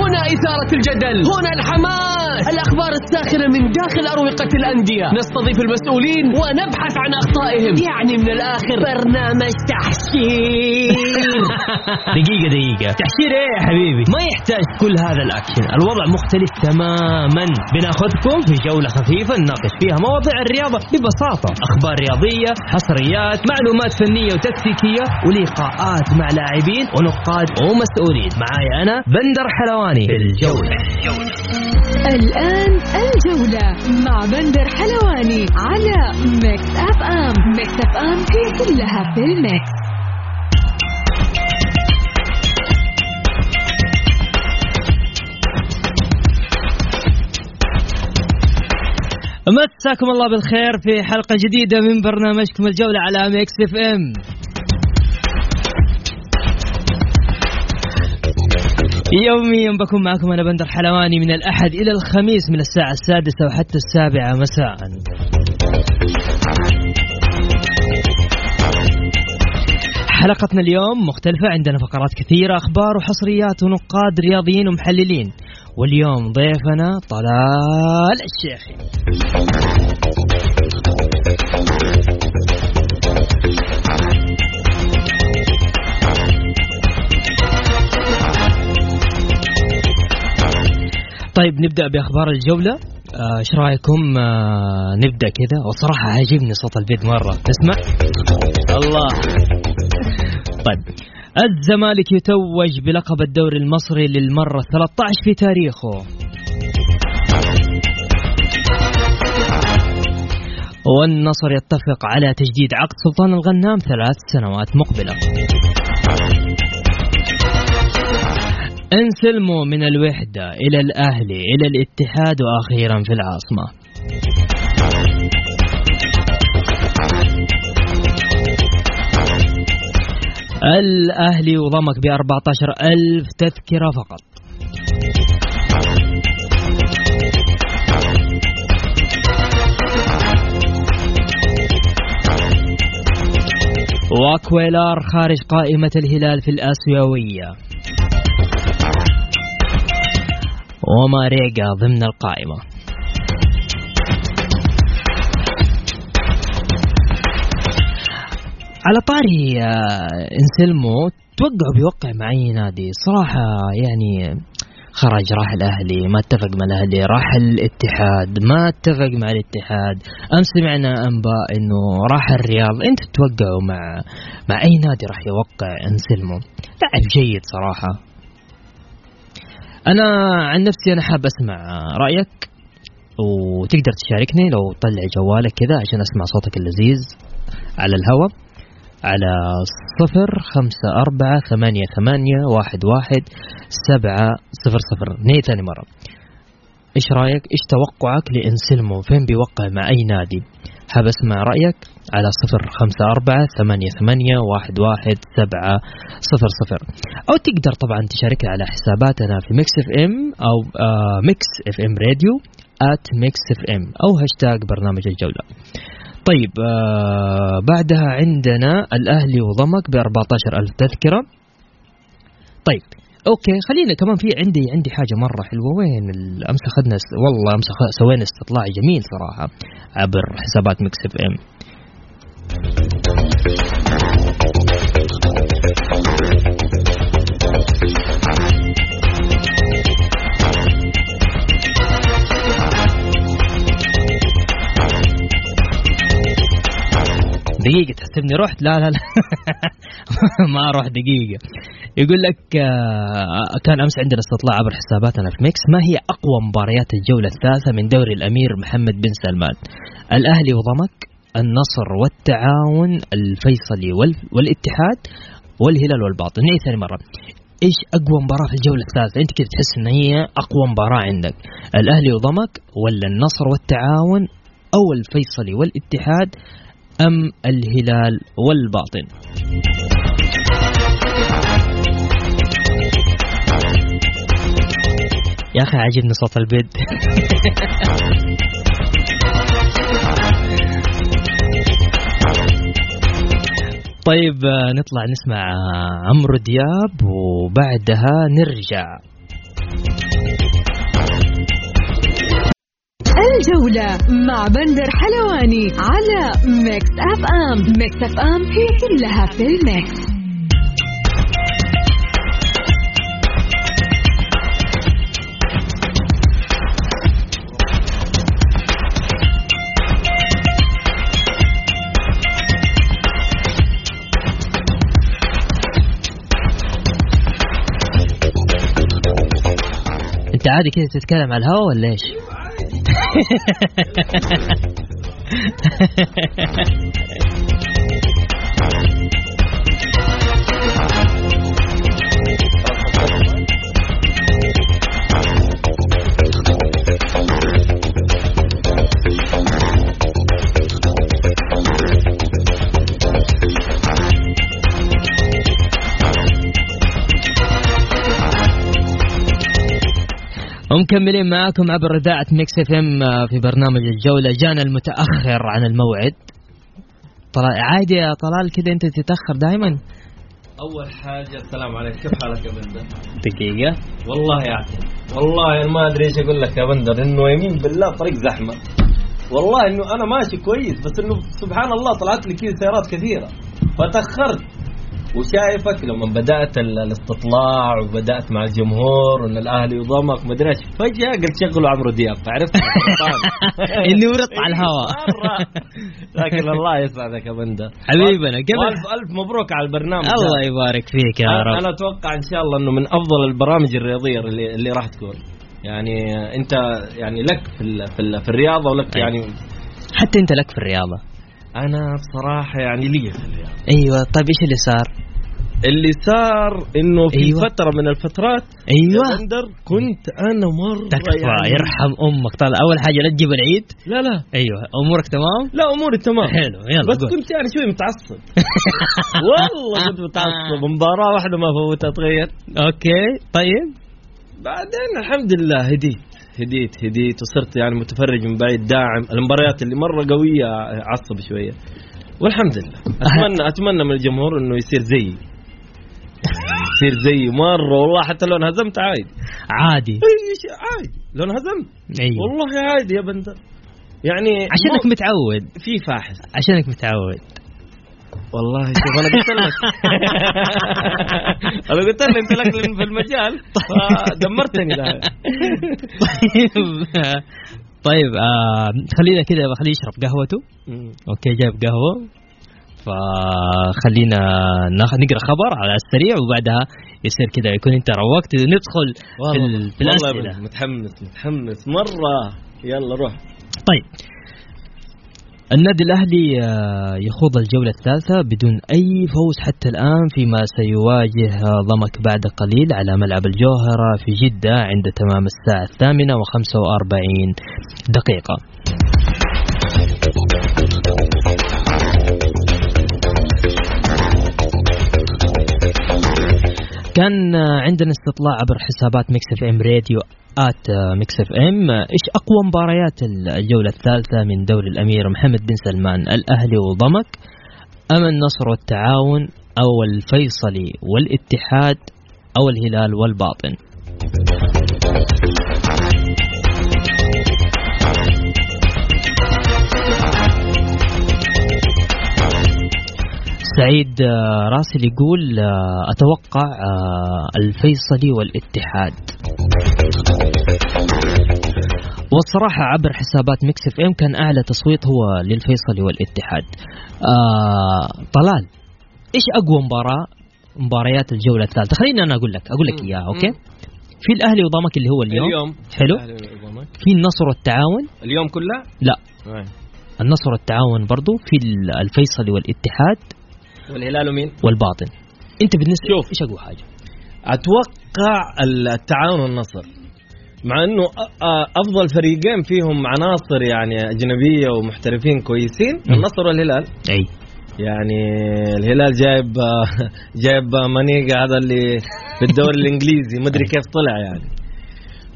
هنا إثارة الجدل هنا الحماس الأخبار الساخرة من داخل أروقة الأندية نستضيف المسؤولين ونبحث عن أخطائهم يعني من الآخر برنامج تحشير إيه؟ دقيقة دقيقة تحشير ايه يا حبيبي ما يحتاج كل هذا الاكشن الوضع مختلف تماما بناخذكم في جولة خفيفة نناقش فيها مواضيع الرياضة ببساطة اخبار رياضية حصريات معلومات فنية وتكتيكية ولقاءات مع لاعبين ونقاد ومسؤولين معاي انا بندر حلواني في الجولة الآن الجولة مع بندر حلواني على ميكس أف أم ميكس أف أم في كلها في الميكس مساكم الله بالخير في حلقة جديدة من برنامجكم الجولة على ميكس اف ام يوميا بكون معكم انا بندر حلواني من الاحد الى الخميس من الساعة السادسة وحتى السابعة مساء. حلقتنا اليوم مختلفة عندنا فقرات كثيرة أخبار وحصريات ونقاد رياضيين ومحللين واليوم ضيفنا طلال الشيخي طيب نبدأ بأخبار الجولة آه، ايش رايكم آه، نبدا كذا والصراحه عاجبني صوت البيت مره تسمع الله طيب الزمالك يتوج بلقب الدوري المصري للمره 13 في تاريخه والنصر يتفق على تجديد عقد سلطان الغنام ثلاث سنوات مقبله انسلموا من الوحدة إلى الأهلي إلى الاتحاد وأخيرا في العاصمة الأهلي يضمك ب 14 ألف تذكرة فقط واكويلار خارج قائمة الهلال في الآسيوية وماريجا ضمن القائمة على طاري آه، انسلمو توقعوا بيوقع مع اي نادي صراحة يعني خرج راح الاهلي ما اتفق مع الاهلي راح الاتحاد ما اتفق مع الاتحاد امس سمعنا انباء انه راح الرياض انت تتوقعوا مع مع اي نادي راح يوقع انسلمو لاعب جيد صراحة انا عن نفسي انا حاب اسمع رايك وتقدر تشاركني لو طلع جوالك كذا عشان اسمع صوتك اللذيذ على الهواء على صفر خمسة أربعة ثمانية ثمانية واحد واحد سبعة صفر صفر نهي ثاني مرة إيش رأيك إيش توقعك لإنسلمو فين بيوقع مع أي نادي حاب أسمع رأيك على صفر خمسة أربعة ثمانية ثمانية واحد واحد سبعة صفر صفر أو تقدر طبعا تشاركنا على حساباتنا في ميكس اف ام أو آه ميكس اف ام راديو at ميكس اف ام أو هاشتاج برنامج الجولة طيب آه بعدها عندنا الأهلي وضمك ب 14 ألف تذكرة طيب اوكي خلينا كمان في عندي عندي حاجه مره حلوه وين ال- امس اخذنا س- والله امس أخ- سوينا استطلاع جميل صراحه عبر حسابات ميكس اف ام دقيقة تحسبني رحت لا لا لا ما اروح دقيقة يقول لك آه، كان امس عندنا استطلاع عبر حساباتنا في ميكس ما هي اقوى مباريات الجولة الثالثة من دوري الامير محمد بن سلمان الاهلي وضمك النصر والتعاون الفيصلي وال- والاتحاد والهلال والباطن نعيد ثاني مرة ايش اقوى مباراة في الجولة الثالثة؟ انت كده تحس ان هي اقوى مباراة عندك، الاهلي وضمك ولا النصر والتعاون او الفيصلي والاتحاد ام الهلال والباطن؟ يا اخي عاجبني صوت البيت طيب آه، نطلع نسمع آه، عمرو دياب وبعدها نرجع الجولة مع بندر حلواني على ميكس أف أم ميكس أف أم هي كلها في الميكس انت عادي كذا تتكلم على الهواء ولا ايش؟ ومكملين معاكم عبر اذاعه ميكس اف ام آه، في برنامج الجوله جانا المتاخر عن الموعد طلال عادي يا طلال كذا انت تتاخر دائما اول حاجه السلام عليك كيف حالك يا بندر دقيقه والله يعطيك والله أنا ما ادري ايش اقول لك يا بندر انه يمين بالله طريق زحمه والله انه انا ماشي كويس بس انه سبحان الله طلعت لي كذا سيارات كثيره فتاخرت وشايفك لما بدات ال- الاستطلاع وبدات مع الجمهور وان الاهلي يضمك ما ادري ايش فجاه قلت شغلوا عمرو دياب عرفت اللي ورط على الهواء مرة. لكن الله يسعدك يا بندر حبيبنا، قبل- الف الف مبروك على البرنامج الله يبارك فيك يا أنا- رب انا اتوقع ان شاء الله انه من افضل البرامج الرياضيه اللي, اللي راح تكون يعني انت يعني لك في ال في, ال في الرياضه ولك أيوة. يعني حتى انت لك في الرياضه انا بصراحه يعني لي في الرياضه ايوه طيب ايش اللي صار؟ اللي صار انه في أيوة. أيوة. فتره من الفترات يا ايوه بندر كنت انا مره تكفى يعني يرحم امك طلع اول حاجه لا تجيب العيد لا لا ايوه امورك تمام لا اموري تمام حلو، يلا بس قول. كنت يعني شوي متعصب والله كنت متعصب مباراه واحده ما فوتها تغير اوكي طيب بعدين الحمد لله هديت هديت هديت وصرت يعني متفرج من بعيد داعم المباريات اللي مره قويه عصب شويه والحمد لله اتمنى اتمنى من الجمهور انه يصير زيي يصير زيي مره والله حتى لو انهزمت عادي عادي أي شيء عادي لو انهزمت ايوه والله عادي يا بندر يعني عشانك مو- متعود في فاحش عشانك متعود والله شوف انا قلت لك انا قلت لك انت لك في المجال فدمرتني ده طيب طيب آه خلينا كذا خليه يشرب قهوته اوكي جايب قهوه فخلينا ناخ- نقرا خبر على السريع وبعدها يصير كذا يكون انت روقت ندخل في ال- في والله الاسئله بس متحمس متحمس مره يلا روح طيب النادي الاهلي آه، يخوض الجوله الثالثه بدون اي فوز حتى الان فيما سيواجه آه، ضمك بعد قليل على ملعب الجوهره في جده عند تمام الساعه الثامنه وخمسه واربعين دقيقه كان آه، عندنا استطلاع عبر حسابات ميكس اف ام راديو ات ميكس اف ام ايش اقوى مباريات الجوله الثالثه من دوري الامير محمد بن سلمان الاهلي وضمك ام النصر والتعاون او الفيصلي والاتحاد او الهلال والباطن سعيد آه، راسل يقول آه، اتوقع آه، الفيصلي والاتحاد والصراحة عبر حسابات ميكس اف ام كان اعلى تصويت هو للفيصلي والاتحاد. آه طلال ايش اقوى مباراة مباريات الجولة الثالثة؟ خليني انا اقول لك اقول لك مم. اياها اوكي؟ مم. في الاهلي وضمك اللي هو اليوم, اليوم حلو في النصر والتعاون اليوم كله لا النصر والتعاون برضو في ال- الفيصلي والاتحاد والهلال ومين والباطن. انت بالنسبة شوف. ايش اقوى حاجة؟ اتوقع التعاون والنصر مع انه أ- أ- افضل فريقين فيهم عناصر يعني اجنبيه ومحترفين كويسين مم. النصر والهلال اي يعني الهلال جايب جايب مانيجا هذا اللي في الدوري الانجليزي ما ادري كيف طلع يعني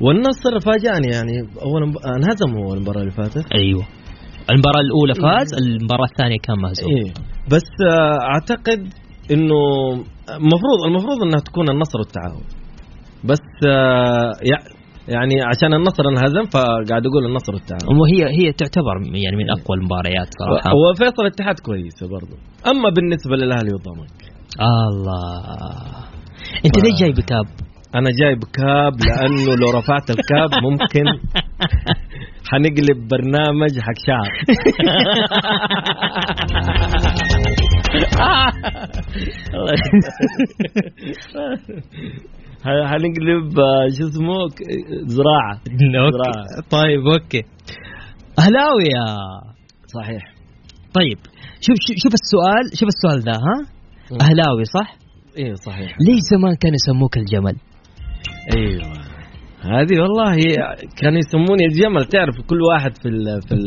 والنصر فاجأني يعني اول مب... انهزموا اول المباراه اللي فاتت ايوه المباراة الأولى فاز المباراة الثانية كان مهزوم إيه. بس آه، اعتقد انه المفروض المفروض انها تكون النصر والتعاون بس آه، يع- يعني عشان النصر انهزم فقاعد اقول النصر والتعاون وهي هي تعتبر يعني من اقوى المباريات صراحه وفيصل الاتحاد كويسه برضو اما بالنسبه للاهلي والضمك الله انت ليش جاي بكاب؟ انا جاي بكاب لانه لو رفعت الكاب ممكن حنقلب برنامج حق شعر ح- حنقلب آه، شو اسمه ك- زراعه اوكي طيب اوكي اهلاوي يا صحيح طيب شوف شوف- شوف السؤال شوف السؤال ذا ها مم. اهلاوي صح؟ ايه صحيح ليش زمان كانوا يسموك الجمل؟ ايوه هذه والله كانوا يسموني الجمل تعرف كل واحد في ال في ال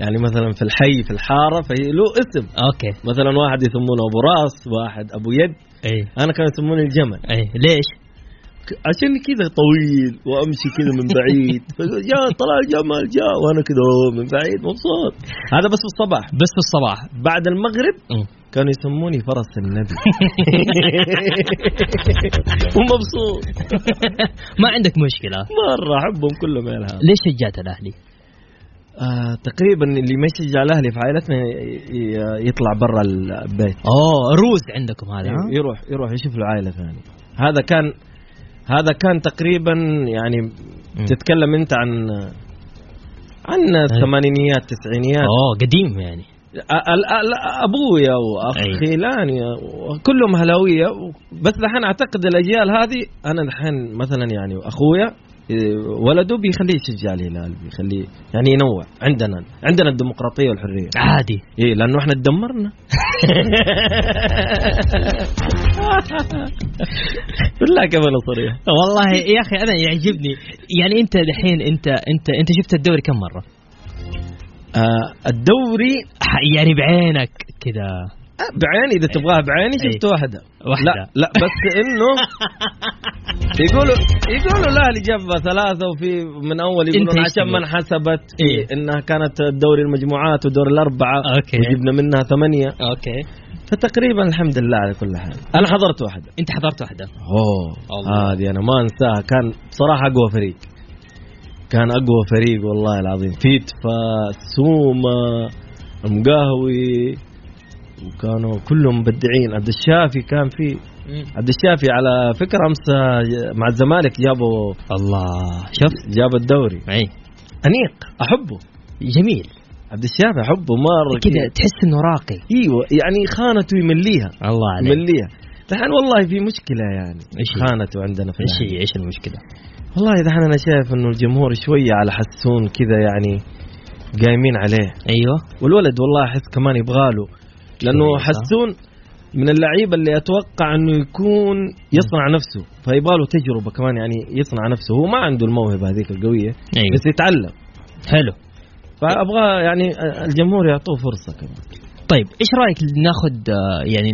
يعني مثلا في الحي في الحاره في له اسم اوكي مثلا واحد يسمونه ابو راس واحد ابو يد ايه انا كانوا يسموني الجمل ايه ليش؟ ك- عشان كذا طويل وامشي كذا من بعيد فيقول جاء طلع الجمل جاء وانا كذا أوه، من بعيد مبسوط هذا بس في الصباح بس في الصباح بعد المغرب مم. كانوا يسموني فرس النبي ومبسوط ما عندك مشكله مره احبهم كلهم يا الهام ليش شجعت الاهلي؟ آه تقريبا اللي ما يشجع الاهلي في عائلتنا ي- ي- يطلع برا البيت اوه روز عندكم هذا ها؟ ي- يروح يروح يشوف له عائله ثانيه هذا كان هذا كان تقريبا يعني تتكلم انت عن عن الثمانينيات التسعينيات اوه قديم يعني أ- ال- ال- ابويا أي. واخيلاني كلهم هلاويه بس دحين اعتقد الاجيال هذه انا دحين مثلا يعني اخويا إيه، ولده بيخليه يشجع الهلال بيخليه يعني ينوع عندنا عندنا الديمقراطيه والحريه عادي ايه لانه احنا تدمرنا بالله كمان صريح والله يا اخي انا يعجبني يعني انت الحين انت انت انت شفت الدوري كم مره؟ آه الدوري ح- يعني بعينك كذا آه، بعيني اذا تبغاها بعيني أي. شفت واحده إيه. واحدة. لا لا بس انه يقولوا يقولوا الاهلي جاب ثلاثه وفي من اول أنت يقولون إيش عشان ما تقول؟ انحسبت إيه. انها كانت دوري المجموعات ودور الاربعه أوكي. وجبنا منها ثمانيه اوكي فتقريبا الحمد لله على كل حال انا حضرت واحده انت حضرت واحده اوه الله. هذه انا ما انساها كان بصراحه اقوى فريق كان اقوى فريق والله العظيم فيتفا سوما مقاهوي وكانوا كلهم مبدعين عبد الشافي كان في عبد الشافي على فكره امس مع الزمالك جابوا الله شفت جاب الدوري اي انيق احبه جميل عبد الشافي احبه مره كذا تحس انه راقي ايوه يعني خانته يمليها الله عليك يمليها دحين والله في مشكله يعني إيش هي؟ خانته عندنا في ايش الأهلي. هي- ايش المشكله؟ والله دحين انا شايف انه الجمهور شويه على حسون كذا يعني قايمين عليه ايوه والولد والله احس كمان يبغاله لانه شوية، صح؟ حسون من اللعيبه اللي اتوقع انه يكون يصنع نفسه فيبغاله تجربه كمان يعني يصنع نفسه هو ما عنده الموهبه هذيك القويه ايوه بس يتعلم حلو فابغى يعني الجمهور يعطوه فرصه كمان طيب ايش رايك ناخذ يعني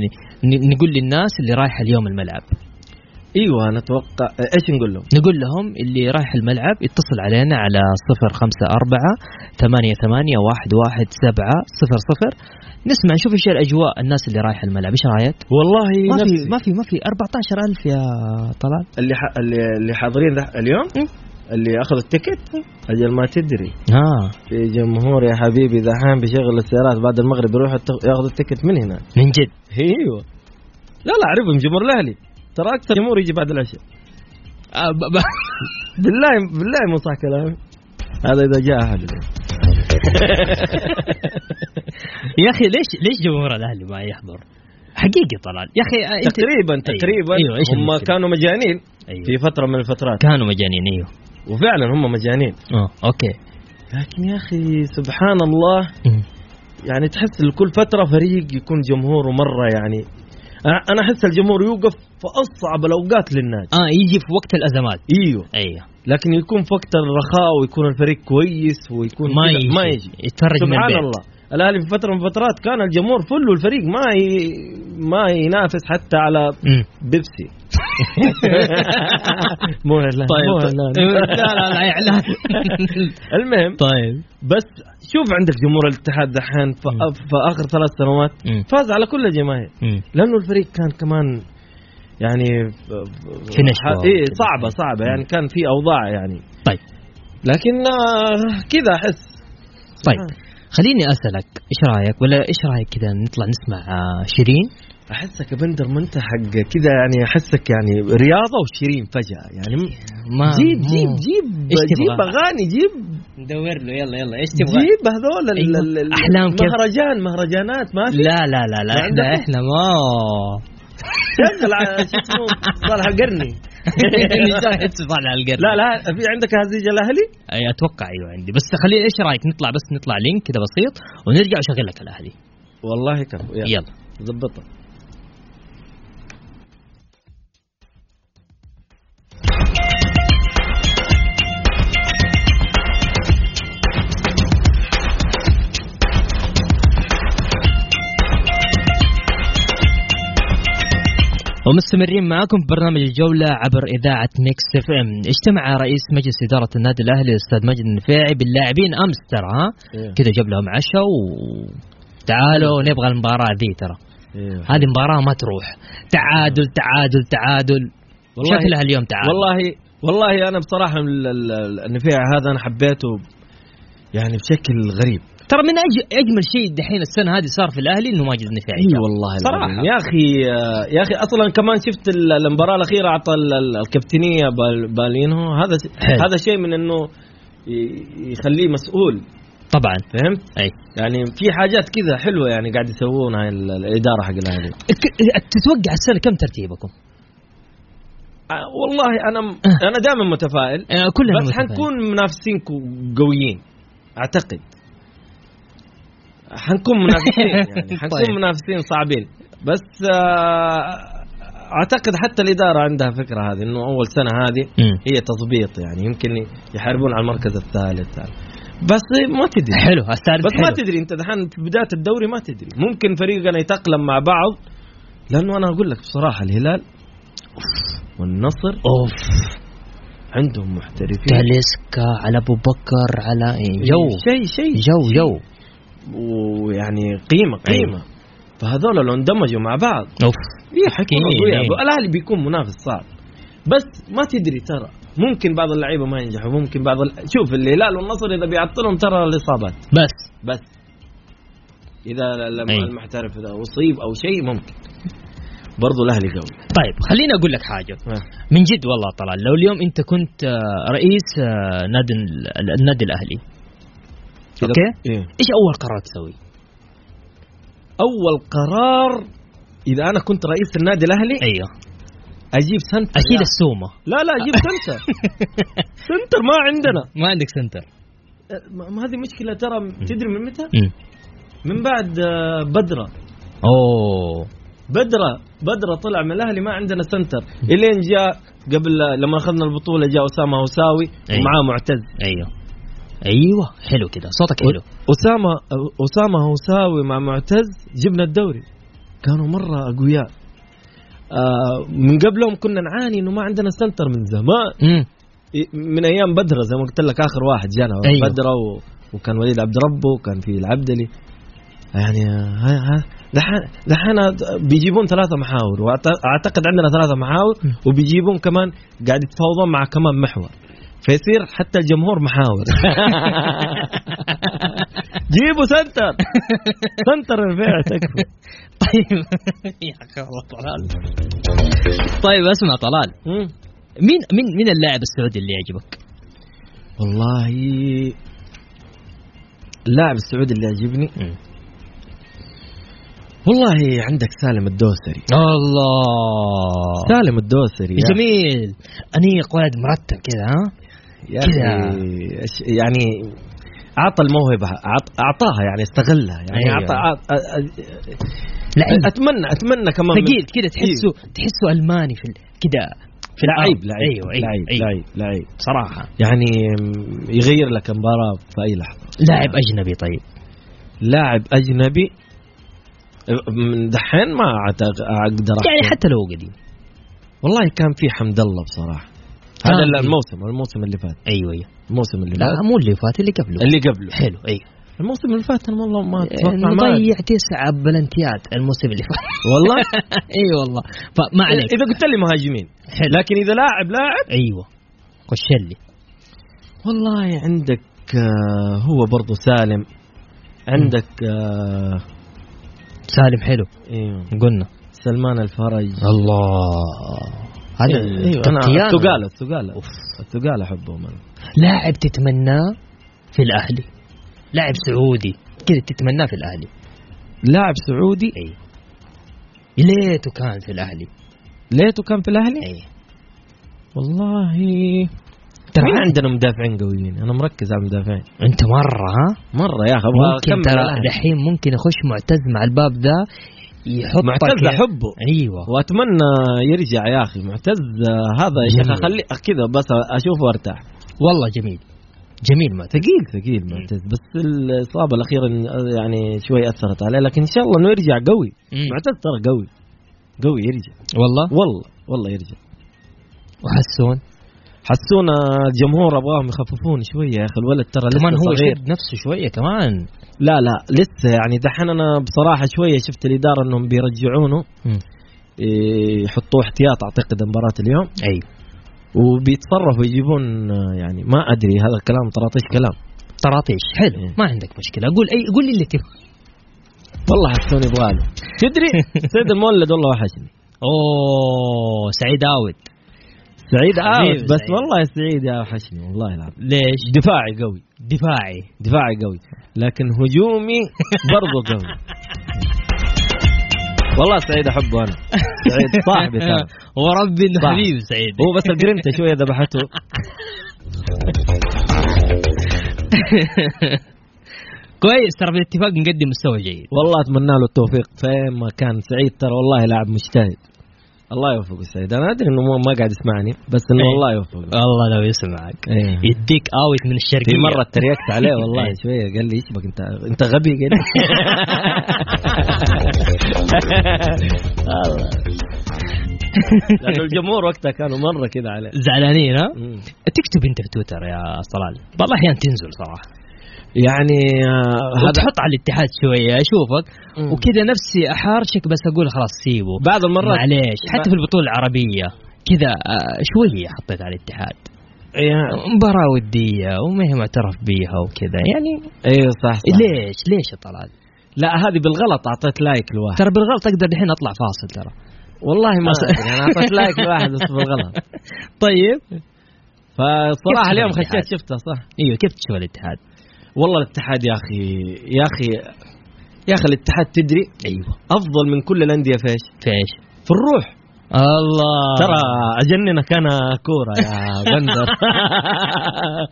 ن- نقول للناس اللي رايحه اليوم الملعب ايوه انا اتوقع ايش نقول لهم؟ نقول لهم اللي رايح الملعب يتصل علينا على 054 88 117 00 نسمع نشوف ايش الاجواء الناس اللي رايحه الملعب ايش رايك؟ والله ما في نفسي ما في ما في 14000 يا طلال اللي ح... اللي- اللي حاضرين ذا- اليوم مم. اللي اخذوا إيه. التيكت اجل ما تدري ها في جمهور يا حبيبي دحين بيشغل السيارات بعد المغرب يروح ياخذ التيكت من هنا من جد ايوه لا لا اعرفهم جمهور الاهلي ترى اكثر جمهور يجي بعد العشاء آه، ب- ب- بالله بالله مو صح كلامي هذا اذا جاء اهلي يا اخي ليش ليش جمهور الاهلي ما يحضر؟ حقيقي طلال يا اخي آه، انت تقريبا تقريبا أيوة، إيش هم المشكلة؟ كانوا مجانين أيوة. في فتره من الفترات كانوا مجانين ايوه وفعلا هم مجانين اه اوكي لكن يا اخي سبحان الله مم. يعني تحس لكل فتره فريق يكون جمهوره مره يعني أنا- انا احس الجمهور يوقف في اصعب الاوقات للنادي اه يجي في وقت الازمات ايوه ايوه لكن يكون في وقت الرخاء ويكون الفريق كويس ويكون ما كذا- يجي ما يجي يتفرج من سبحان البيت الله الاهلي في فتره من فترات كان الجمهور فل والفريق ما ي... ما ينافس حتى على مم. بيبسي مو اعلان مو طيب إعلان. لا لا لا اعلان المهم طيب بس شوف عندك جمهور الاتحاد دحين في, مم. في اخر ثلاث سنوات مم. فاز على كل الجماهير مم. لانه الفريق كان كمان يعني في نشوة اي وكذا. صعبه صعبه يعني كان في اوضاع يعني طيب لكن آه، كذا احس طيب آه. خليني اسالك ايش رايك ولا ايش رايك كذا نطلع نسمع آه، شيرين احسك يا بندر ما انت حق كذا يعني احسك يعني رياضه وشيرين فجاه يعني م- ما جيب آه، مو- جيب جيب إيش تبغى؟ جيب اغاني جيب ندور له يلا يلا ايش تبغى جيب هذول ال- أيوة. ال- ال- أحلام كيف؟ مهرجان مهرجانات ما في لا لا لا لا ما احنا عندك؟ احنا ما شغل على شو اسمه صالح القرني اللي جاي يتصل على القرن لا لا في عندك هزيج الاهلي أي اتوقع ايوه عندي بس خليني ايش رايك نطلع بس نطلع لينك كذا بسيط ونرجع واشغل لك الاهلي والله كفو يلا يلا ظبطها ومستمرين معاكم في برنامج الجولة عبر إذاعة ميكس اف ام، اجتمع رئيس مجلس إدارة النادي الأهلي الأستاذ مجد النفيعي باللاعبين أمس ترى ها إيه. كذا جاب لهم عشاء و تعالوا نبغى المباراة ذي ترى إيه. هذه مباراة ما تروح تعادل تعادل تعادل والله- شكلها اليوم تعادل والله والله انا بصراحه ال- ال- ال- النفيع هذا انا حبيته ب- يعني بشكل غريب ترى من أج... أجمل شيء دحين السنة هذه صار في الأهلي إنه ماجد النفيعي جاب. والله صراحة. صراحه يا اخي آه، يا اخي اصلا كمان شفت ال- المباراه الاخيره اعطى ال- ال- الكابتنيه بال- بالينهو هذا حلو. هذا شيء من انه ي- يخليه مسؤول طبعا فهمت؟ أي يعني في حاجات كذا حلوه يعني قاعد يسوونها ال- الاداره حق الاهلي ك- تتوقع السنة كم ترتيبكم؟ آه، والله انا انا دائما متفائل آه، كلنا بس متفائلين. حنكون منافسين كو- قويين اعتقد حنكون منافسين يعني حنكون طيب. منافسين صعبين بس آه، اعتقد حتى الاداره عندها فكره هذه انه اول سنه هذه مم. هي تضبيط يعني يمكن يحاربون على المركز الثالث بس ما تدري حلو الثالث بس ما حلو. تدري انت دحين في بدايه الدوري ما تدري ممكن فريقنا يتاقلم مع بعض لانه انا اقول لك بصراحه الهلال والنصر اوف عندهم محترفين تاليسكا على ابو بكر على جو شيء شيء جو جو ويعني قيمه قيمه فهذول لو اندمجوا مع بعض اوف يحكموا ويلعبوا. الاهلي بيكون منافس صعب بس ما تدري ترى ممكن بعض اللعيبه ما ينجحوا ممكن بعض ال... شوف الهلال والنصر اذا بيعطلهم ترى الاصابات بس بس اذا ل- لما أي. المحترف اذا اصيب او شيء ممكن برضو الاهلي قوي طيب خليني اقول لك حاجه من جد والله طلال لو اليوم انت كنت آه، رئيس آه، نادي ال- ال- النادي الاهلي اوكي إيه. ايش اول قرار تسوي؟ اول قرار اذا انا كنت رئيس النادي الاهلي ايوه اجيب سنتر اشيل يا. السومه لا لا اجيب سنتر سنتر ما عندنا ما عندك سنتر ما- ما هذه مشكله ترى تدري من متى؟ مم. من بعد آه، بدره اوه بدره بدره طلع من الاهلي ما عندنا سنتر الين جاء قبل آه، لما اخذنا البطوله جاء اسامه هوساوي أيوة. ومعاه معتز ايوه ايوه حلو كذا صوتك حلو اسامه اسامه آه، هوساوي مع معتز جبنا الدوري كانوا مره اقوياء آه من قبلهم كنا نعاني انه ما عندنا سنتر من زمان امم إيه، من ايام بدره زي ما قلت لك اخر واحد جانا أيوه. أيوه. بدره و... وكان وليد عبد ربه وكان في العبدلي يعني ها ها دحين دحين بيجيبون ثلاثه محاور واعتقد عندنا ثلاثه محاور وبيجيبون كمان قاعد يتفاوضون مع كمان محور فيصير حتى الجمهور محاور جيبوا سنتر سنتر رفيع تكفى طيب يا اخي والله طلال طيب اسمع طلال مم. مين مين مين اللاعب السعودي اللي يعجبك؟ والله اللاعب السعودي اللي يعجبني والله عندك سالم الدوسري الله سالم الدوسري يا جميل انيق ولد مرتب كذا ها يا اخي أش- يعني اعطى الموهبه أعط- اعطاها يعني استغلها يعني أيوة. اعطى أعط- أ- أ- لعيب اتمنى اتمنى كمان من- ثقيل كذا تحسه تحسه الماني في ال- كذا في العرب لعيب لعيب ايوه ايوه لعيب أيوة. لعيب لعيب صراحه يعني م- يغير لك المباراه في اي لحظه لاعب اجنبي طيب لاعب اجنبي أ- من دحين ما أعتق- اقدر أحكم. يعني حتى لو قديم والله كان في حمد الله بصراحه آه. هذا الموسم الموسم اللي فات ايوه ايوه الموسم اللي لا فات مو اللي فات اللي قبله اللي قبله حلو ايوه الموسم اللي فات انا والله ما اتوقع ما نضيع تسعة بلنتيات الموسم اللي فات والله اي والله فما عليك اذا قلت لي مهاجمين حلو لكن اذا لاعب لاعب ايوه قشلي والله عندك آه، هو برضو سالم عندك آه، سالم حلو ايوه قلنا سلمان الفرج الله هذا ايوه انا تقيان. الثقالة الثقالة الثقالة احبهم انا لاعب تتمناه في الاهلي لاعب سعودي كذا تتمناه في الاهلي لاعب سعودي اي ليته كان في إيه. الاهلي ليته كان في الاهلي اي والله ترى مين عن- عندنا مدافعين قويين انا مركز على المدافعين انت مره ها مره يا اخي ابغى ممكن اكمل ترى الأهلي. دحين ممكن اخش معتز مع الباب ذا يحط معتز احبه ايوه أيوه. واتمنى يرجع يا اخي معتز آه، هذا يا شيخ جميل. اخليه كذا بس اشوفه وارتاح والله جميل جميل معتز ثقيل ثقيل إيه. معتز بس الاصابه الاخيره إن- يعني شوي اثرت عليه لكن ان شاء الله انه يرجع قوي مم. معتز ترى قوي قوي يرجع والله والله والله يرجع وحسون حسونا الجمهور ابغاهم يخففون شويه يا اخي الولد ترى لسه كمان هو صغير يشد نفسه شويه كمان لا لا لسه يعني دحين انا بصراحه شويه شفت الاداره انهم بيرجعونه مم. إيه، يحطوه احتياط اعتقد مباراه اليوم ايوه وبيتصرفوا يجيبون آه، يعني ما ادري هذا الكلام طراطيش كلام طراطيش حلو إيه. ما عندك مشكله قول اي قول لي اللي تبغى والله حسون يبغاله تدري سيد المولد والله وحشني اوه سعيد اوت سعيد اوت حبيبي بس سعيد. والله سعيد يا وحشني والله العظيم ليش دفاعي قوي دفاعي دفاعي قوي لكن هجومي برضه قوي والله سعيد احبه انا سعيد صاحبي ترى وربي انه صاحبي. حبيب سعيد هو بس الجرينتا شويه ذبحته كويس ترى بالاتفاق نقدم مستوى جيد والله اتمنى له التوفيق فين ما كان سعيد ترى والله لاعب مجتهد الله يوفقه سعيد انا ادري انه ما- ما قاعد يسمعني بس انه إيه. الله يوفقه والله لو يسمعك إيه. يديك اوت من الشرقيه في مره تريقت عليه والله شويه قال لي ايش بك انت انت غبي قال لي. والله. لكن الجمهور وقتها كانوا مره كذا عليه زعلانين ها مم. تكتب انت في تويتر يا صلال والله احيانا تنزل صراحه يعني آه، هذا وتحط على الاتحاد شويه اشوفك مم. وكذا نفسي احارشك بس اقول خلاص سيبه بعض المرات معليش حتى في البطوله العربيه كذا آه، شويه حطيت على الاتحاد إيه، مباراه وديه وما هي معترف بيها وكذا يعني ايوه صح, صح ليش ليش يا طلال لا هذه بالغلط اعطيت لايك لواحد ترى بالغلط اقدر الحين اطلع فاصل ترى والله ما أصل- أدري، انا اعطيت لايك لواحد بس بالغلط طيب فالصراحه اليوم الاتحاد؟ خشيت شفتها صح ايوه كيف تشوف الاتحاد والله الاتحاد يا اخي يا اخي يا اخي الاتحاد تدري ايوه افضل من كل الانديه في ايش؟ في ايش في الروح الله ترى اجننك انا كوره يا بندر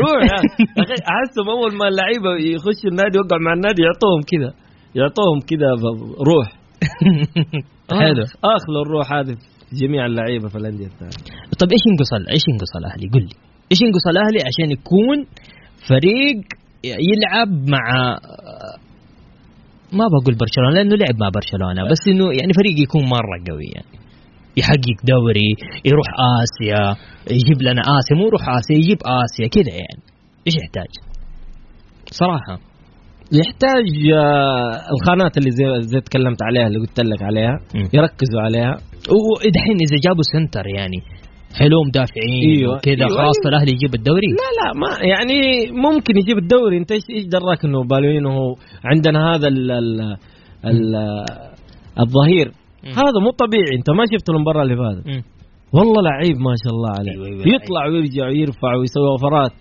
روح يا أخي، احسهم اول ما اللعيبه يخشوا النادي يوقعوا مع النادي يعطوهم كذا يعطوهم كذا ب- روح حلو آخ- اخلوا الروح هذه في جميع اللعيبه في الانديه الثانيه طب ايش ينقص ال- ايش ينقص الاهلي قل لي ايش ينقص الاهلي عشان يكون فريق يلعب مع ما بقول برشلونه لانه لعب مع برشلونه بس انه يعني فريق يكون مره قوي يعني يحقق دوري يروح اسيا يجيب لنا اسيا مو يروح اسيا يجيب اسيا كذا يعني ايش يحتاج؟ صراحه يحتاج آه، الخانات اللي زي, زي تكلمت عليها اللي قلت لك عليها مم. يركزوا عليها ودحين اذا جابوا سنتر يعني حلو مدافعين أيوة، أيوة وكذا أيوة، أيوة خلاص أيوة. الاهلي يجيب الدوري لا لا ما يعني ممكن يجيب الدوري انت ايش ايش دراك انه بالوينو هو عندنا هذا ال ال ال الظهير مم. هذا مو طبيعي انت ما شفته المباراه اللي فاتت مم. والله لعيب ما شاء الله عليه أيوة، أيوة، يطلع ويرجع ويرفع ويسوي اوفرات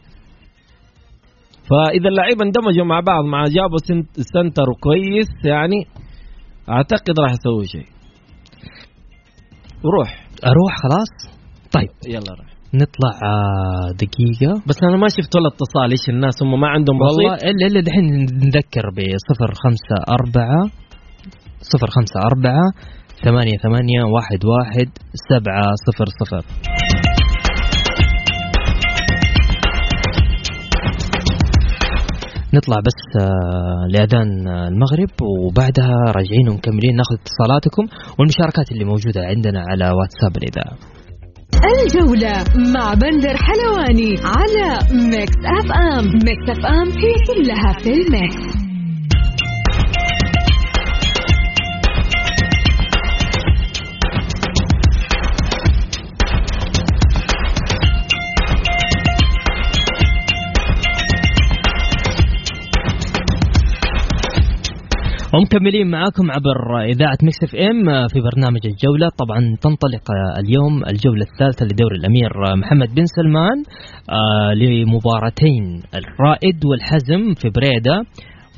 فاذا اللعيبه اندمجوا مع بعض مع جابوا سنت- سنتر كويس يعني اعتقد راح يسوي شيء روح اروح خلاص طيب يلا روح نطلع آه، دقيقة بس انا ما شفت ولا اتصال ايش الناس هم ما عندهم والله رصيد الا الا الحين نذكر ب 054 054 ثمانية ثمانية واحد واحد سبعة صفر صفر نطلع بس آه، لأذان آه، المغرب وبعدها راجعين ومكملين ناخذ اتصالاتكم والمشاركات اللي موجودة عندنا على واتساب الإذاعة الجولة مع بندر حلواني على ميكس أف أم ميكس أف أم هي كلها في الميكس ومكملين معاكم عبر اذاعه ميكس اف ام في برنامج الجوله طبعا تنطلق آه، اليوم الجوله الثالثه لدوري الامير آه، محمد بن سلمان آه، لمباراتين الرائد والحزم في بريده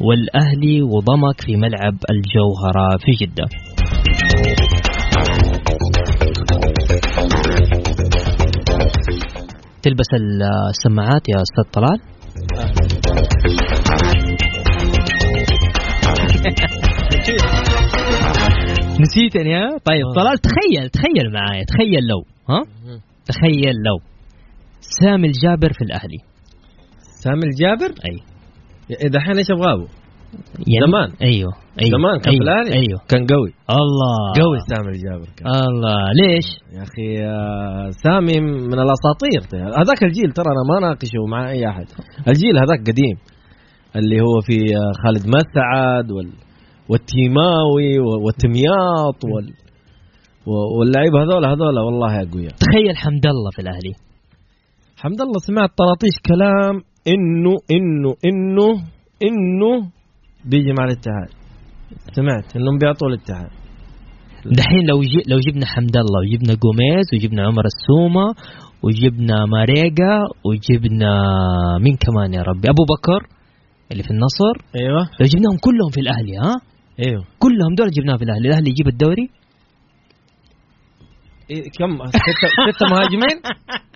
والاهلي وضمك في ملعب الجوهره آه، في جده. تلبس السماعات يا استاذ طلال؟ نسيتني ها؟ طيب طلال تخيل تخيل معايا تخيل لو ها؟ تخيل لو سامي الجابر في الاهلي سامي الجابر إيه، اي دحين ايش ابغاه أبو؟ زمان. ايوه ايوه زمان كان في أيوه. آه. الاهلي ايوه كان قوي الله قوي سامي الجابر كان الله ليش؟ يا اخي آه، سامي من الاساطير هذاك الجيل ترى انا ما ناقشه مع اي احد الجيل هذاك قديم اللي هو في آه، خالد مسعد وال والتيماوي و- والتمياط وال و- واللعيبه هذول هذول والله اقوياء تخيل حمد الله في الاهلي حمد الله سمعت طراطيش كلام انه انه انه انه بيجي مع الاتحاد سمعت انهم بيعطوا الاتحاد دحين لو جي لو جبنا حمد الله وجبنا جوميز وجبنا عمر السومه وجبنا ماريجا وجبنا مين كمان يا ربي ابو بكر اللي في النصر ايوه لو جبناهم كلهم في الاهلي ها ايوه كلهم دول جبناهم في الاهلي الاهلي يجيب الدوري إيه كم ستة, ستة مهاجمين؟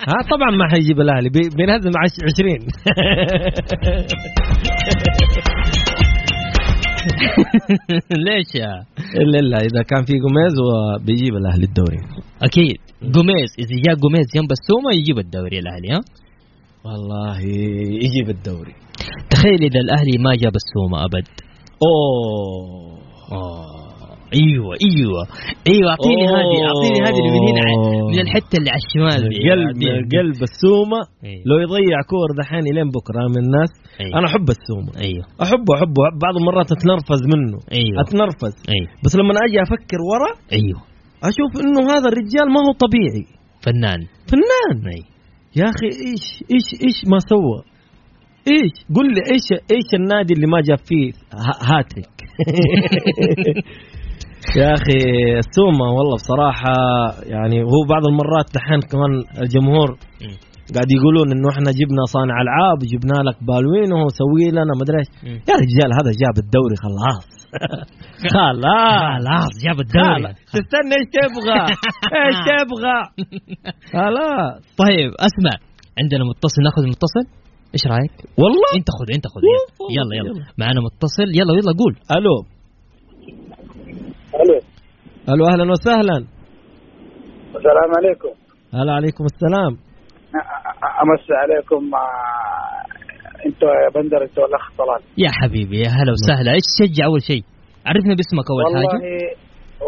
ها طبعا ما حيجيب الاهلي بي- بينهزم عش 20 ليش يا الا الا اذا كان في جوميز وبيجيب الاهلي الدوري اكيد جوميز اذا جاء جوميز جنب السومه يجيب الدوري الاهلي ها والله يجيب الدوري تخيل اذا الاهلي ما جاب السومه ابد اوه ايوه ايوه ايوه اعطيني أوه. هذه اعطيني هذه اللي من هنا من الحته اللي على الشمال دي. قلب أعطيني. قلب السومه إيه. لو يضيع كور دحين لين بكره من الناس أيوه. انا احب السومه ايوه احبه احبه بعض المرات اتنرفز منه أيوه. اتنرفز ايوه بس لما اجي افكر ورا ايوه اشوف انه هذا الرجال ما هو طبيعي فنان أيوة. فنان اي يا اخي ايش ايش ايش ما سوى؟ ايش؟ قل لي ايش ايش النادي اللي ما جاب فيه ه- هاتريك؟ يا اخي السومه والله بصراحه يعني هو بعض المرات دحين كمان الجمهور مم. قاعد يقولون انه احنا جبنا صانع العاب جبنا لك بالوينو سوي لنا مدري ايش مم. يا رجال هذا جاب الدوري خلاص خلاص خلاص جاب الدوري خلاص تستنى ايش تبغى؟ ايش تبغى؟ خلاص طيب اسمع عندنا متصل ناخذ المتصل ايش رايك؟ والله انت خذ انت خذ يلا. يلا يلا معنا متصل يلا يلا قول الو الو الو اهلا وسهلا السلام عليكم هلا عليكم السلام أ- أ- امس عليكم مع انت يا بندر انت والاخ طلال يا حبيبي يا هلا وسهلا ايش تشجع اول شيء؟ عرفنا باسمك اول حاجه والله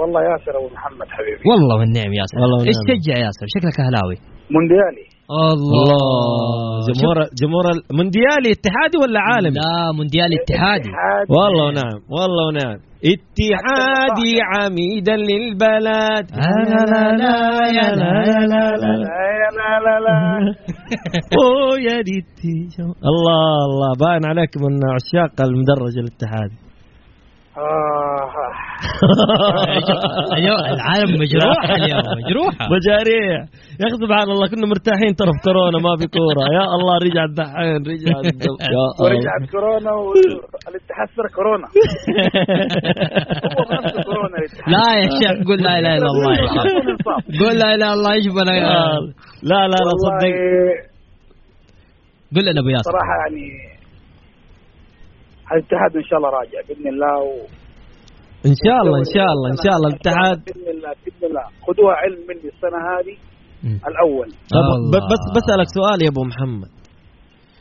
والله ياسر ابو محمد حبيبي والله والنعم ياسر والله نعم. والنعم. ايش تشجع ياسر شكلك اهلاوي مونديالي الله جمهور جمهور المونديالي اتحادي ولا عالمي؟ لا مونديال اتحادي اتحاد والله نعم والله نعم اتحادي عميدا للبلد لا لا لا يا لا يا لا لا إيه، لا لا لا اوه يا ريتي الله الله باين عليك من عشاق المدرج الاتحادي آه. اليوم أيوه، العالم مجروحه اليوم مجروحه مجاريع يا اخي سبحان الله كنا مرتاحين ترى في كورونا ما في كوره يا الله رجع الدحين رجع الدم. يا الله ورجعت كورونا والاتحاد صار كورونا هو بنفسه كورونا الاتحاد لا يا شيخ قول لا اله الا الله يا شيخ قول لا اله الا الله ايش بلا آه. لا لا لا والله صدق قول لنا ابو ياسر صراحه يعني الاتحاد ان شاء الله راجع باذن الله و... ان شاء الله ان شاء الله ان شاء الله الاتحاد باذن الله باذن الله خذوها علم مني السنه هذه مم. الاول طب الله. ب- بس بسالك سؤال يا ابو محمد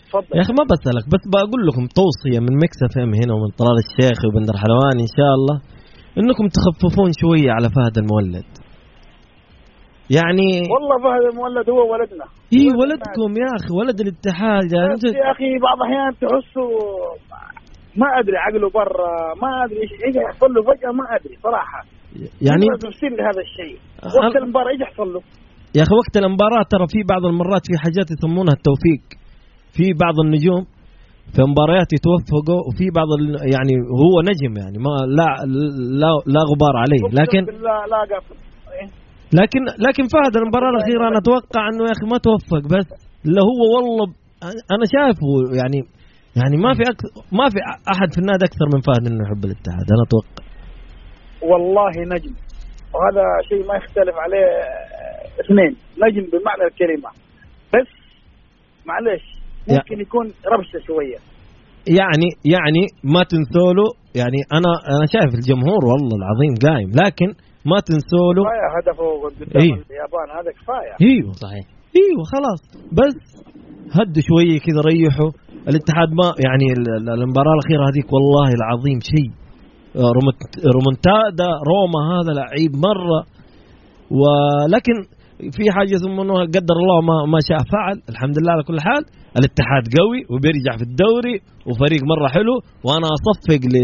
تفضل يا اخي ما بسالك بس بقول لكم توصيه من مكس اف ام هنا ومن طلال الشيخ وبندر حلواني ان شاء الله انكم تخففون شويه على فهد المولد يعني والله فهد المولد هو ولدنا اي ولدكم يا اخي ولد الاتحاد يعني بس انتوا يا اخي بعض الاحيان تحسه ما ادري عقله برا ما ادري ايش ايش يحصل له فجاه ما ادري صراحه يعني أنا مستفسر لهذا الشيء وقت المباراه ايش يحصل له؟ يا اخي وقت المباراه ترى في بعض المرات في حاجات يسمونها التوفيق في بعض النجوم في مباريات يتوفقوا وفي بعض ال... يعني هو نجم يعني ما لا لا لا غبار عليه إيه، لكن أقسم بالله لا إيه. قافل لكن لكن فهد المباراه الاخيره انا اتوقع انه يا اخي ما توفق بس لا هو والله ب- انا شايفه يعني يعني ما في أكثر ما في احد في النادي اكثر من فهد انه يحب الاتحاد انا اتوقع والله نجم وهذا شيء ما يختلف عليه آه، اثنين نجم بمعنى الكلمه بس معلش يا. ممكن يكون ربشه شويه يعني يعني ما تنسوا له يعني انا انا شايف الجمهور والله العظيم قايم لكن ما تنسوا له كفايه هدفه قدام إيه. اليابان هذا كفايه ايوه صحيح ايوه خلاص بس هدوا شويه كذا ريحوا الاتحاد ما يعني ال- ال- المباراه الاخيره هذيك والله العظيم شيء آه، رومنت- رومنتادا روما هذا لعيب مره ولكن في حاجه يسمونها قدر الله ما ما شاء فعل الحمد لله على كل حال الاتحاد قوي وبيرجع في الدوري وفريق مره حلو وانا اصفق ل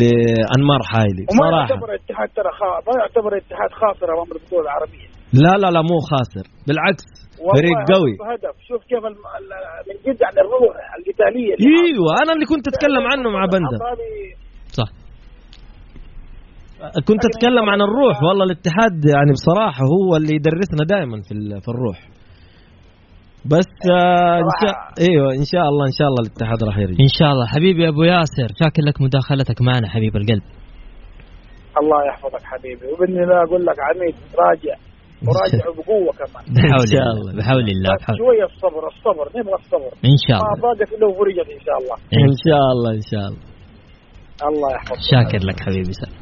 لانمار حايلي وما صراحه يعتبر الاتحاد ترى خا... ما يعتبر الاتحاد خاسر امام البطوله العربيه لا لا لا مو خاسر بالعكس والله فريق هدف قوي هدف شوف كيف الم... ال- من جد عن الروح القتاليه اللي ايوه انا اللي كنت اتكلم عنه مع بندر أعطاني- صح كنت اتكلم عن الروح والله الاتحاد يعني بصراحه هو اللي يدرسنا دائما في ال- في الروح بس آه ان شاء ايوه ان شاء الله ان شاء الله الاتحاد راح يرجع ان شاء الله حبيبي ابو ياسر شاكر لك مداخلتك معنا حبيب القلب الله يحفظك حبيبي وباذن الله اقول لك عميد راجع وراجع بقوه كمان بحول إن شاء الله الله. بحول الله بس بحول شويه الصبر الصبر نبغى الصبر ان شاء ما الله إيه. ضاقت الا وفرجت ان شاء الله ان شاء الله ان شاء الله الله يحفظك شاكر لك حبيبي سلام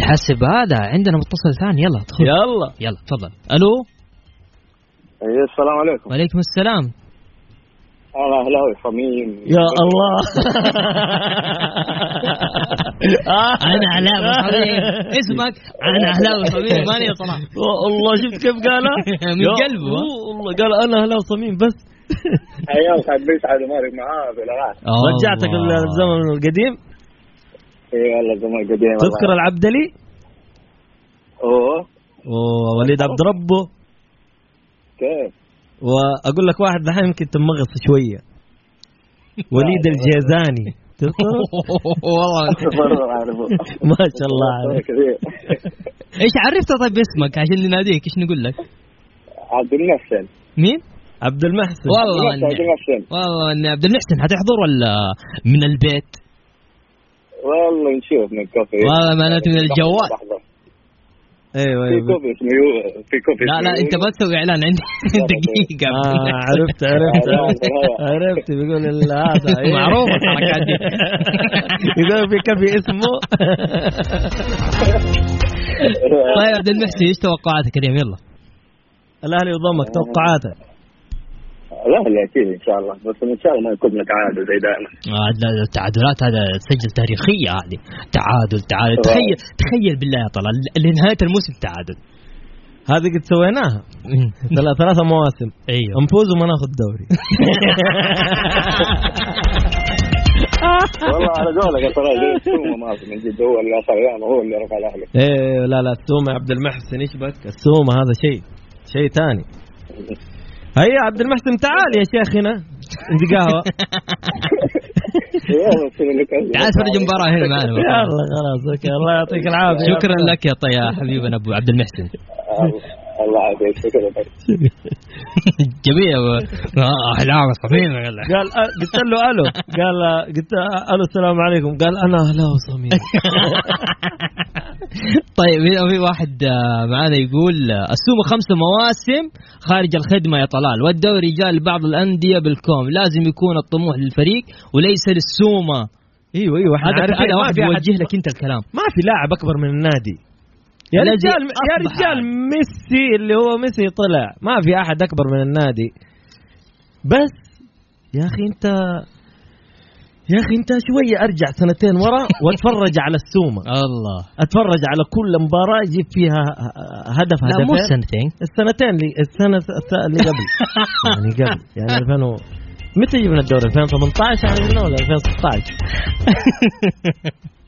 تحسب هذا عندنا متصل ثاني يلا ادخل يلا يلا تفضل الو أيوة، السلام عليكم وعليكم السلام انا اهلاوي صميم يا الله انا علاوي حبيب اسمك انا علاوي حبيب ماني صلاح والله شفت كيف قالها من يا- قلبه، ها؟ والله قال انا هلا صميم بس ايام كان بيسعد ومارق معاه في الاغاني رجعتك الزمن القديم اي والله زمان قديم تذكر العبدلي اوه ووليد عبد ربه كيف واقول لك واحد دحين يمكن تمغص شويه وليد الجيزاني تذكره؟ برضه عارفه ما شاء الله عليك كثير ايش عرفته طيب اسمك عشان نناديك ايش نقول لك عبد المحسن مين عبد المحسن والله عبد إني- المحسن والله إني عبد المحسن حتحضر ولا من البيت والله نشوف من كوفي والله معناته من الجوال. لحظة. ايوه في ايوه كوفي اسمه يو- في كوفي لا لا اسمه انت يو- ما تسوي اعلان عندي دقيقه آه عرفت عرفت عرفت, عرفت بيقول ال- هذا إيه. معروفة الحركات دي. يقول في كفي اسمه طيب عبد المحسن ايش توقعاتك اليوم يلا الاهلي يضمك توقعاته الاهلي اكيد ان شاء الله بس ان شاء الله ما يكون متعادل زي دائما آه، لا، التعادلات هذا تسجل تاريخيه هذه تعادل تعادل آه. تخيل تخيل بالله يا طلال ل- لنهايه الموسم تعادل هذه قد سويناها ثلا- ثلاثة مواسم ايوه نفوز وما ناخذ دوري والله على قولك يا ترى زي السومه ما في من جد هو اللي صغيان وهو اللي رفع الاهلي ايه لا لا السومة يا عبد المحسن ايش بك السومة هذا شيء شيء ثاني هيا عبد المحسن تعال يا شيخ هنا عندي قهوة تعال تفرج مباراه هنا معنا والله. يلا خلاص اوكي الله يعطيك العافية شكرا لك يا طي يا حبيبنا ابو عبد المحسن الله يعافيك شكرا لك جميل آه، احلام صميم والله. قال أ- قلت له الو قال آه، قلت آه، الو السلام عليكم قال انا هلا وصميم طيب هنا في واحد آه، معانا يقول آه، السومه خمس مواسم خارج الخدمه يا طلال والدوري جاء لبعض الانديه بالكوم لازم يكون الطموح للفريق وليس للسومه ايوه ايوه احنا هذا عارفين هذا ما واحد في أحد- يوجه لك انت الكلام ما في لاعب اكبر من النادي يا الذي رجال يا أصبح. رجال ميسي اللي هو ميسي طلع ما في احد اكبر من النادي بس يا اخي انت يا اخي انت شويه ارجع سنتين ورا واتفرج على السومه الله اتفرج على كل مباراه يجيب فيها هدف لا مو هدفين سنتين السنتين اللي السنه الث- اللي قبل يعني قبل يعني 2000 و... متى جبنا الدوري 2018 يعني قلنا ولا 2016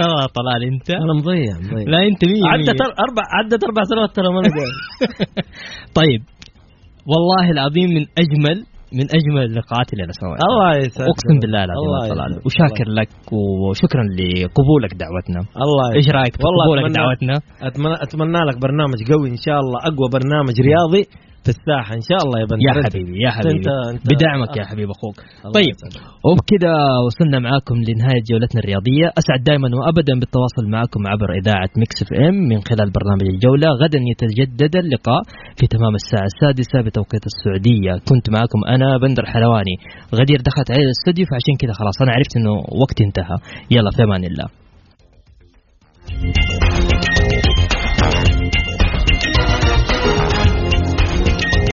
والله طلال انت انا مضيع مضيع لا انت مين طيب. عدت أر- اربع عدت اربع سنوات ترى ما أنا قاعد. طيب والله العظيم من اجمل من اجمل اللقاءات اللي انا سويتها الله يسعدك اقسم بالله العظيم الله يا طلال يسعدك. وشاكر لك وشكرا لقبولك دعوتنا الله ايش رايك في طيب. والله قبولك أتمنى- دعوتنا؟ اتمنى اتمنى لك برنامج قوي ان شاء الله اقوى برنامج رياضي في الساحه ان شاء الله يا بندر يا أنت- حبيبي يا حبيبي أنت أنت بدعمك يا آه. حبيب اخوك الله طيب يسعدك. وبكذا وصلنا معاكم لنهايه جولتنا الرياضيه اسعد دائما وابدا بالتواصل معكم عبر اذاعه مكس اف ام من خلال برنامج الجوله غدا يتجدد اللقاء في تمام الساعه السادسه بتوقيت السعوديه كنت معاكم انا بندر حلواني غدير دخلت علي الاستوديو فعشان كذا خلاص انا عرفت انه وقتي انتهى يلا في امان الله